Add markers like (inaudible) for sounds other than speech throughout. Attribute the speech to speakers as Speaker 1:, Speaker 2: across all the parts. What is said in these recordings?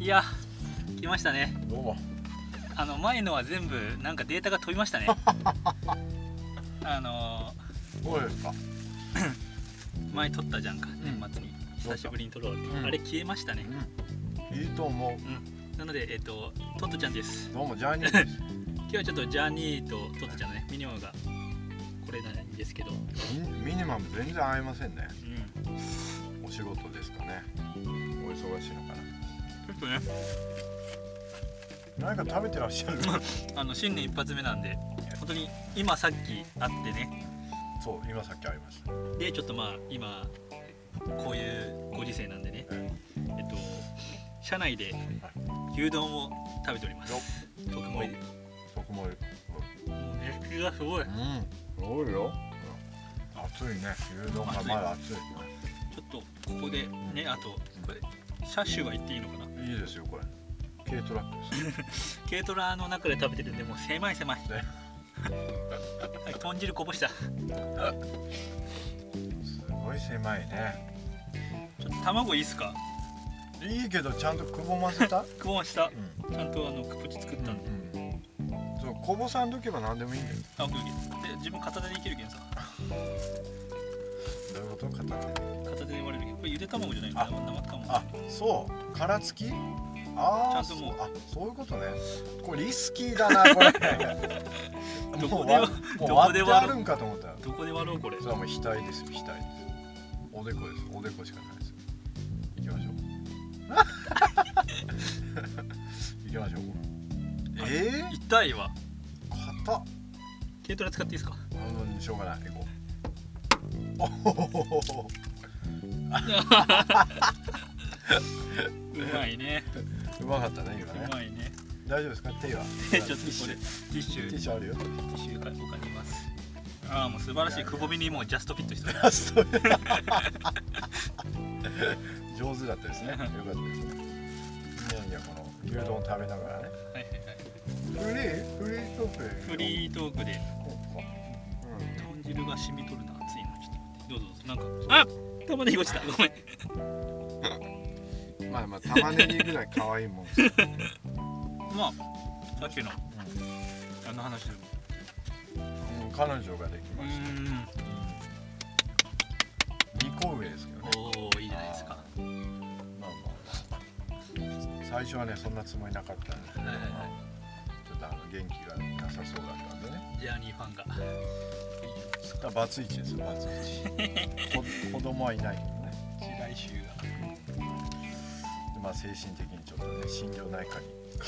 Speaker 1: や来ましたね
Speaker 2: どうも
Speaker 1: あの前のは全部なんかデータが飛びましたねあの
Speaker 2: どうですか
Speaker 1: 前撮ったじゃんか年末に久しぶりに撮ろうって、
Speaker 2: うん
Speaker 1: あれ消えましたね
Speaker 2: いいと思
Speaker 1: なのでえっ、とトットちゃんです
Speaker 2: うどうもジャーニーです (laughs)
Speaker 1: 今日はちょっとジャーニーとトットちゃんのねミニマムがこれなんですけど、うん、
Speaker 2: ミミニマム全然合いませんねお仕事ですかねお忙しいのか
Speaker 1: ちょっとね
Speaker 2: な何か食べてらっしゃる
Speaker 1: あの新年一発目なんで本当に今さっき会ってね
Speaker 2: (laughs) そう今さっきありました
Speaker 1: でちょっとまあ今こういうご時世なんでね、
Speaker 2: うん
Speaker 1: えっと社内で牛丼を食べております
Speaker 2: よ
Speaker 1: 特盛り
Speaker 2: 僕もうん
Speaker 1: もう熱気がすごいち
Speaker 2: すごいよ暑いね牛丼がまだ暑い
Speaker 1: ょっとここでねあとこれ車種は言っていいのかない
Speaker 2: いですよこれ軽トラックです
Speaker 1: 軽トラの中で食べてるんでもう狭い狭い、 (laughs)
Speaker 2: ね
Speaker 1: はい、豚汁こぼしたち
Speaker 2: すごい狭いね
Speaker 1: ょっと卵いいっすか
Speaker 2: いいけどちゃんとくぼませた
Speaker 1: くぼました
Speaker 2: (laughs) うん
Speaker 1: ちゃんとあのプチ作ったんで、
Speaker 2: うんそうこぼさんとけば何でもいいんだよ
Speaker 1: あオッケーオッケーで自分片手でいけるけんさ
Speaker 2: どういうこと片手
Speaker 1: 片手で割れるけんこれゆで卵じゃないの
Speaker 2: あ
Speaker 1: 生生卵
Speaker 2: あそう殻付きあ
Speaker 1: ちゃ
Speaker 2: あ
Speaker 1: んともう
Speaker 2: あそういうことねこれリスキーだなこれ
Speaker 1: (laughs) ど
Speaker 2: も
Speaker 1: こ
Speaker 2: う
Speaker 1: で
Speaker 2: わ
Speaker 1: は
Speaker 2: もう
Speaker 1: どこ
Speaker 2: 割
Speaker 1: で割る
Speaker 2: ってあるんかと思ったよ
Speaker 1: どこで割ろうこれ
Speaker 2: それはもう額ですよ額ですおでこですおでこしかないです行きましょう
Speaker 1: (laughs)
Speaker 2: 行きましょうええ
Speaker 1: 痛いわ
Speaker 2: ー、硬っ
Speaker 1: 軽トラ使っていいですか
Speaker 2: あのしょうがない行こうおほほほほ
Speaker 1: うまいね
Speaker 2: うまかったね今ね
Speaker 1: うまいね
Speaker 2: 大丈夫ですか手は
Speaker 1: (laughs) ちょっとこれティッシュ
Speaker 2: ティ
Speaker 1: ティ
Speaker 2: ッシュあるよ
Speaker 1: ッシュが置かれますああもう素晴らしいくぼみにもうジャストフィットしてる
Speaker 2: スト (laughs) 上手だったですねよかったですねいやいやこの牛丼を食べながらね
Speaker 1: はいはいはい
Speaker 2: フリーフリートーク
Speaker 1: フリートークで
Speaker 2: う
Speaker 1: 豚汁が染み取るな熱いのちょっと待ってどうぞどうぞなんかあ玉ねぎ落ちたごめん
Speaker 2: んまあまあ玉ねぎぐらい可愛いもんですよ
Speaker 1: まあさっきのあの話でも
Speaker 2: うん彼女ができ
Speaker 1: う
Speaker 2: まし
Speaker 1: ーん
Speaker 2: た二個上ですけどね
Speaker 1: おおいいじゃないですかは
Speaker 2: まあまあまあ最初はねそんなつもりなかったんですけ
Speaker 1: い
Speaker 2: ど、
Speaker 1: はい
Speaker 2: ま
Speaker 1: は
Speaker 2: あちょっとあの元気がなさそうだったんでね
Speaker 1: いジャーニーファンが
Speaker 2: だバツイチですよバツ
Speaker 1: (laughs)
Speaker 2: イチこ子供はいないけどね
Speaker 1: 来週が
Speaker 2: でまあ精神的にちょっとね心療内科に通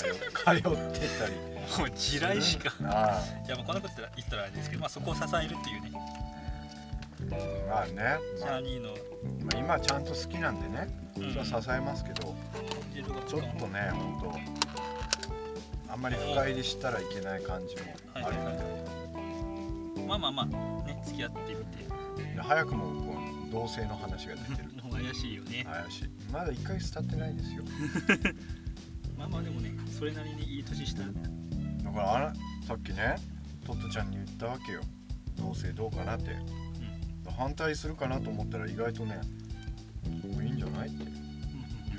Speaker 2: 通ってたり
Speaker 1: (laughs) もう地雷し (laughs) か
Speaker 2: あ
Speaker 1: いやもうこんなこと言ったらあれですけど、まあ、そこを支えるっていうね、
Speaker 2: あまあね、
Speaker 1: ジ
Speaker 2: ま
Speaker 1: ャー
Speaker 2: あ、
Speaker 1: ニーの
Speaker 2: まあ今ちゃんと好きなんでねそれは支えますけど、
Speaker 1: 色が
Speaker 2: ちょっとねほんとあんまり深入りしたらいけない感じも
Speaker 1: はい
Speaker 2: あ
Speaker 1: はい
Speaker 2: るので、
Speaker 1: はいまあまあまあね付き合ってみて
Speaker 2: で早くもこう同性の話が出
Speaker 1: (laughs)
Speaker 2: てる
Speaker 1: の方が怪しいよね、
Speaker 2: 怪しいまだ1ヶ月経ってないですよ
Speaker 1: まあまあでもねそれなりにいい年した
Speaker 2: だからあらさっきねトットちゃんに言ったわけよ同性どうかなって、反対するかなと思ったら意外とねいいんじゃないっていう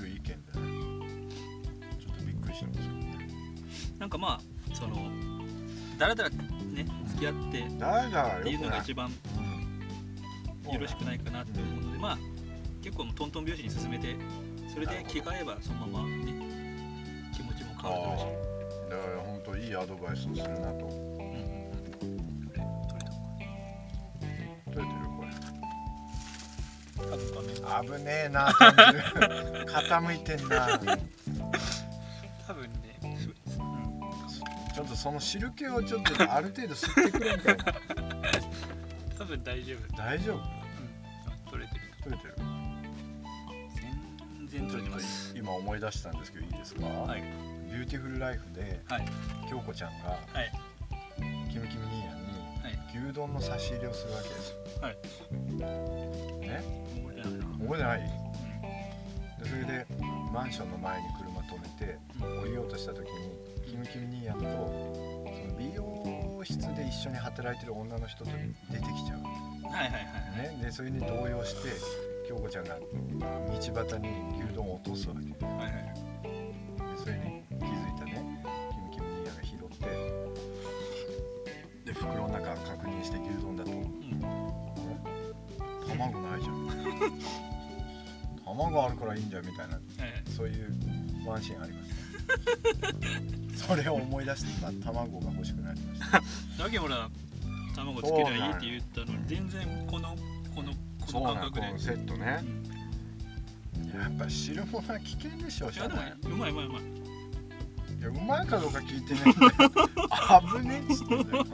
Speaker 2: 意見でねちょっとびっくりしたんですけどね
Speaker 1: なんかまあそのだらだらね付き合ってっ
Speaker 2: 誰だ
Speaker 1: て
Speaker 2: よ
Speaker 1: いう
Speaker 2: く
Speaker 1: の
Speaker 2: な
Speaker 1: が
Speaker 2: い
Speaker 1: 一番
Speaker 2: うん
Speaker 1: よろしくないかなって思うのでまあ結構もうトントン拍子に進めてそれで着替えばそのままね気持ちも変わるだろうし
Speaker 2: だから本当いいアドバイスをするなと
Speaker 1: うんうんうんこれ取れたの
Speaker 2: 取れてるこれ
Speaker 1: かな多分画面
Speaker 2: 危ねえな感じ (laughs) 傾いてんな
Speaker 1: 多分ね、そうです。うん
Speaker 2: ちょっとその汁気をちょっとある程度吸ってくれんかいな
Speaker 1: 多分大丈夫。
Speaker 2: 大丈夫
Speaker 1: うん、取れてる。
Speaker 2: 取れてる
Speaker 1: 全然取れてます。
Speaker 2: 今思い出したんですけどいいですか、
Speaker 1: はい、
Speaker 2: ビューティフルライフで
Speaker 1: はい、
Speaker 2: 京子ちゃんが
Speaker 1: はい、
Speaker 2: キムキム兄やんに牛丼の差し入れをするわけですよ
Speaker 1: はい。
Speaker 2: ね
Speaker 1: 覚えてないな。
Speaker 2: 覚えてないでそれでマンションの前に車止めて
Speaker 1: うん、
Speaker 2: 降りようとした時にキムキム兄やんとその美容室で一緒に働いてる女の人と出てきちゃう
Speaker 1: うんはいはいはい。
Speaker 2: ねでそれに動揺して京子ちゃんが道端に牛丼を落とすわけで
Speaker 1: はいはいはい
Speaker 2: それに気づいたねキムキム兄やが拾ってで袋の中確認して牛丼だと
Speaker 1: うん
Speaker 2: 卵ないじゃん (laughs) 卵あるからいいんだよみたい
Speaker 1: はい
Speaker 2: な
Speaker 1: はい
Speaker 2: そういうワンシーンあり (laughs) ますねそれを思い出して今卵が欲しくなりました (laughs)
Speaker 1: だけどほら卵つけりゃいいって言ったのに全然このこのこの感覚で
Speaker 2: このセットね
Speaker 1: うん
Speaker 2: やっぱ汁物は危険でしょう
Speaker 1: いやでもねうまいうまいうまい
Speaker 2: いやうまいかどうか聞いてねえんだよ危ねえっつってんだよね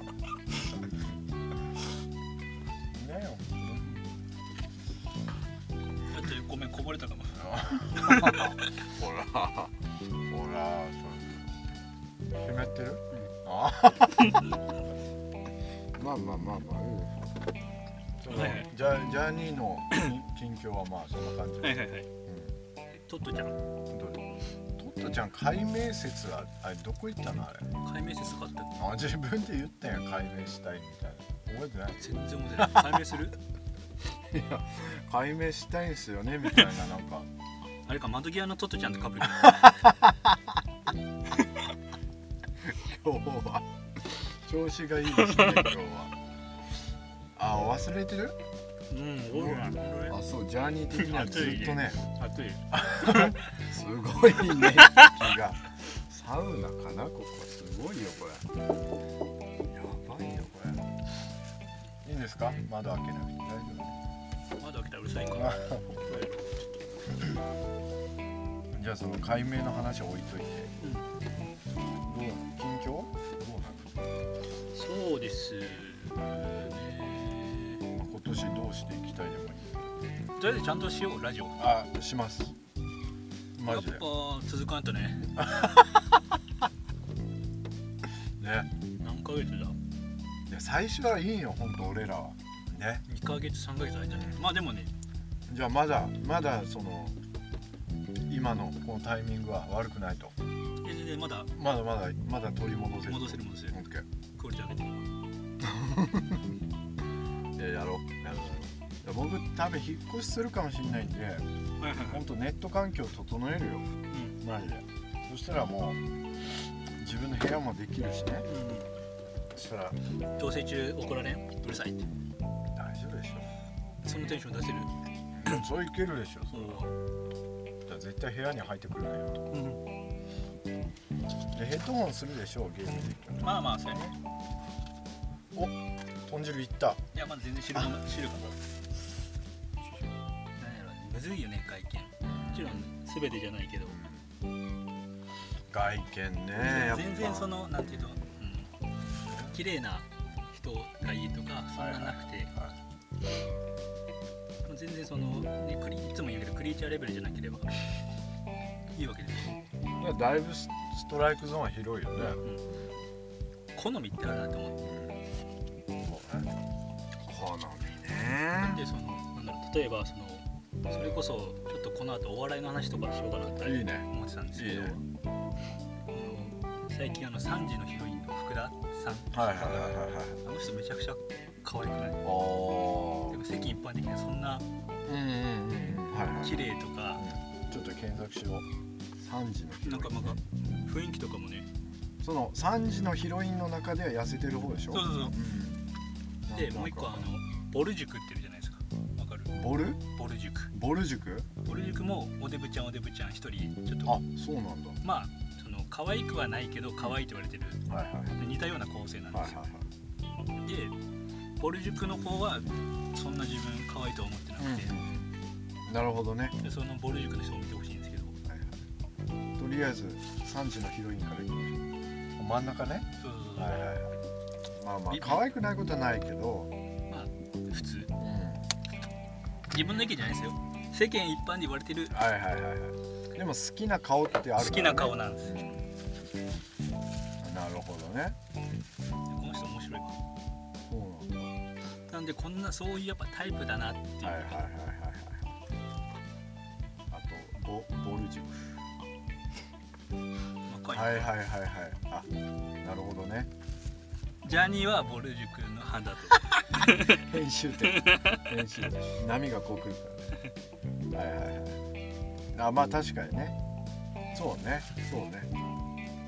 Speaker 2: えよ
Speaker 1: だってごめんこぼれたかも
Speaker 2: ほらほらそれ湿ってる、ああまあまあまあまあいいですその
Speaker 1: はいはい
Speaker 2: ジャジャニーの近況はまあそんな感じ、
Speaker 1: はいはいはいトットちゃん
Speaker 2: うん、どうトットちゃん解明説はあれどこ行ったのあれ
Speaker 1: 解明説買ったって
Speaker 2: あ自分で言ったやん解明したいみたいな覚えてない
Speaker 1: 全然思ってない解明する
Speaker 2: いや解明したいんすよねみたいななんか (laughs)
Speaker 1: あれか窓際のトットちゃんってかぶる
Speaker 2: 今日は調子がいいですね今日はあ忘れてる
Speaker 1: うんおい
Speaker 2: あそうジャーニー的
Speaker 1: (laughs)
Speaker 2: にはずっとね
Speaker 1: 熱い
Speaker 2: すごいね気がサウナかなここすごいよこれやばいよこれいいんですか窓開けなくて大丈夫
Speaker 1: 窓開けたらうるさいんか
Speaker 2: あじゃあその解明の話は置いといて、
Speaker 1: うん
Speaker 2: どうなの近況どう
Speaker 1: そうですね
Speaker 2: なの今年どうしていきたいでもいい
Speaker 1: とりあえずちゃんとしようラジオ
Speaker 2: あしますマジ
Speaker 1: や
Speaker 2: で
Speaker 1: っぱ続かんとね
Speaker 2: ね
Speaker 1: 何ヶ月だ
Speaker 2: いや最初はいいよほんと俺らはね
Speaker 1: 2ヶ月3ヶ月空いたねまあでもね
Speaker 2: じゃあまだまだその今のこのタイミングは悪くないと
Speaker 1: 全然まだ
Speaker 2: まだまだまだ取り戻せる
Speaker 1: 戻せる戻せる
Speaker 2: オッケ
Speaker 1: クオリティ上げて
Speaker 2: ーいややろうやろう僕多分引っ越しするかもしれないんで
Speaker 1: はいはいは
Speaker 2: ほ
Speaker 1: い
Speaker 2: んとネット環境整えるよ
Speaker 1: うん
Speaker 2: マジでそしたらもう自分の部屋もできるしね
Speaker 1: う
Speaker 2: そしたら
Speaker 1: ん同棲中怒られんうるさいって
Speaker 2: 大丈夫でし
Speaker 1: (clears throat) そのテンション出せる
Speaker 2: ょそういけるでしょ
Speaker 1: そ
Speaker 2: そうしたら絶対部屋に入ってくるね
Speaker 1: うん
Speaker 2: でヘッドホンするでしょうゲームで
Speaker 1: まあまあそうやね
Speaker 2: 豚汁いった
Speaker 1: いやまだ全然知るかも知るかもなんやろむずいよね外見もちろん全てじゃないけど
Speaker 2: 外見ねやっぱ
Speaker 1: 全然そのなんていうの、うん、綺麗な人がいいとかそんなんなくて、
Speaker 2: はい
Speaker 1: もう全然その、ね、クリいつも言うけどクリーチャーレベルじゃなければいいわけですよ、
Speaker 2: だからだいぶスストライクゾーンは広いよね、
Speaker 1: うん、好みってあるなと思って
Speaker 2: そうね好みね
Speaker 1: でそのなんだろう例えばそのそれこそちょっとこの後お笑いの話とかしようかなって
Speaker 2: いいね
Speaker 1: 思ってたんですけど
Speaker 2: いいね
Speaker 1: あの最近あの3時のヒロインの福田さん
Speaker 2: はいはいはいはいはい
Speaker 1: あの人めちゃくちゃ可愛くない
Speaker 2: お
Speaker 1: でも世間一般的にはそんな
Speaker 2: うんうんうんはいはい
Speaker 1: 綺麗とか
Speaker 2: ちょっと検索しよう3時のヒロ
Speaker 1: な
Speaker 2: イン
Speaker 1: んかなんか雰囲気とかもね
Speaker 2: その3時のヒロインの中では痩せてる方でしょ
Speaker 1: そうそうそう
Speaker 2: うん
Speaker 1: で
Speaker 2: なんか
Speaker 1: もう一個あのボル塾っているじゃないですかわかる
Speaker 2: ボル
Speaker 1: ボル塾
Speaker 2: ボル塾
Speaker 1: ボル塾もおデブちゃんおデブちゃん一人ちょっ
Speaker 2: あ
Speaker 1: と
Speaker 2: そうなんだ
Speaker 1: まあその可愛くはないけど可愛いと言われてる
Speaker 2: はいはい
Speaker 1: 似たような構成なんで
Speaker 2: はい
Speaker 1: すよ
Speaker 2: はい
Speaker 1: でボル塾の方はそんな自分可愛いとは思ってなく
Speaker 2: はい
Speaker 1: て、
Speaker 2: うんなるほどね
Speaker 1: でそのボル塾の人を見てほしいんですけど
Speaker 2: はいはいとりあえず3時のヒロインからいきましょう真ん中ね
Speaker 1: そうそうそう、
Speaker 2: はいはいはいまあまあ
Speaker 1: ビビ
Speaker 2: 可愛くないことはないけど、
Speaker 1: まあ普通
Speaker 2: うん、
Speaker 1: 自分の意見じゃないですよ世間一般で言われてる
Speaker 2: はいはいはいはいでも好きな顔ってあるから、ね、
Speaker 1: 好きな顔なんです
Speaker 2: うんなるほどね
Speaker 1: この人面白いわ
Speaker 2: そうなんだ
Speaker 1: なんでこんなそういうやっぱタイプだなっていう、
Speaker 2: はいはいはいはいはいあとボボルジム
Speaker 1: 若い
Speaker 2: はいはいはいはいあなるほどね
Speaker 1: ジャニーはボル塾の派だと
Speaker 2: 編集点編集点波がこう来るからねはいはいはいあまあ確かにねそうねそうね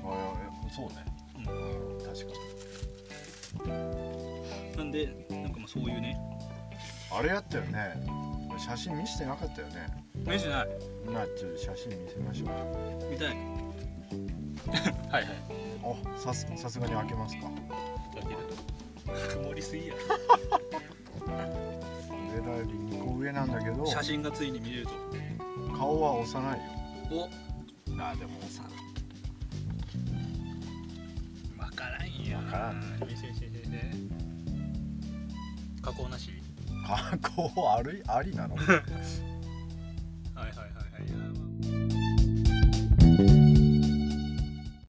Speaker 2: あいやそうね、うん、確かに
Speaker 1: なんでなんかまあそういうね
Speaker 2: あれやったよねこれ写真見してなかったよね
Speaker 1: 目じゃない
Speaker 2: なちょっと写真見せましょう
Speaker 1: みたいはいはい
Speaker 2: あさすさすがに開けますか
Speaker 1: 開けると曇りすぎや
Speaker 2: 俺らより2個上なんだけど
Speaker 1: 写真がついに見れると
Speaker 2: 顔は幼いよ
Speaker 1: お
Speaker 2: あでも幼い
Speaker 1: わからんや
Speaker 2: わからん
Speaker 1: 見せ見せ見せ見せ加工なし
Speaker 2: 格好ありありなの
Speaker 1: はいはいはいはいいやまあ